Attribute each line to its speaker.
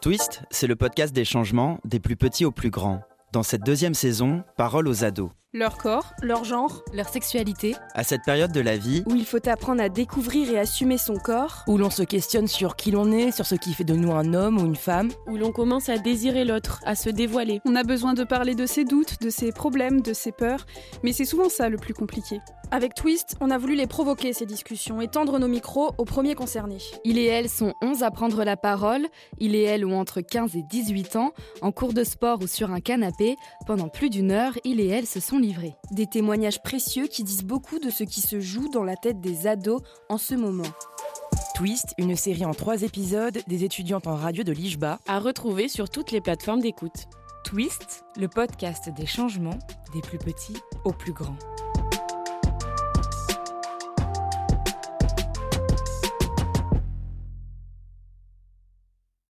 Speaker 1: Twist, c'est le podcast des changements, des plus petits aux plus grands. Dans cette deuxième saison, parole aux ados.
Speaker 2: Leur corps, leur genre,
Speaker 3: leur sexualité,
Speaker 1: À cette période de la vie,
Speaker 2: où il faut apprendre à découvrir et assumer son corps,
Speaker 4: où l'on se questionne sur qui l'on est, sur ce qui fait de nous un homme ou une femme.
Speaker 5: où l'on commence à désirer l'autre, à se dévoiler.
Speaker 2: on a besoin de parler de ses doutes, de ses problèmes, de ses peurs, mais c'est souvent ça le plus compliqué.
Speaker 6: Avec Twist, on a voulu les provoquer, ces discussions, et tendre nos micros aux premiers concernés.
Speaker 3: il et elle sont 11 à prendre la parole, il et elle ont entre 15 et 18 ans, en cours de sport ou sur un canapé, pendant plus d'une heure, il et elle se sont livrés.
Speaker 6: Des témoignages précieux qui disent beaucoup de ce qui se joue dans la tête des ados en ce moment.
Speaker 4: Twist, une série en trois épisodes des étudiantes en radio de l'IJBA.
Speaker 5: À retrouver sur toutes les plateformes d'écoute.
Speaker 3: Twist, le podcast des changements, des plus petits aux plus grands.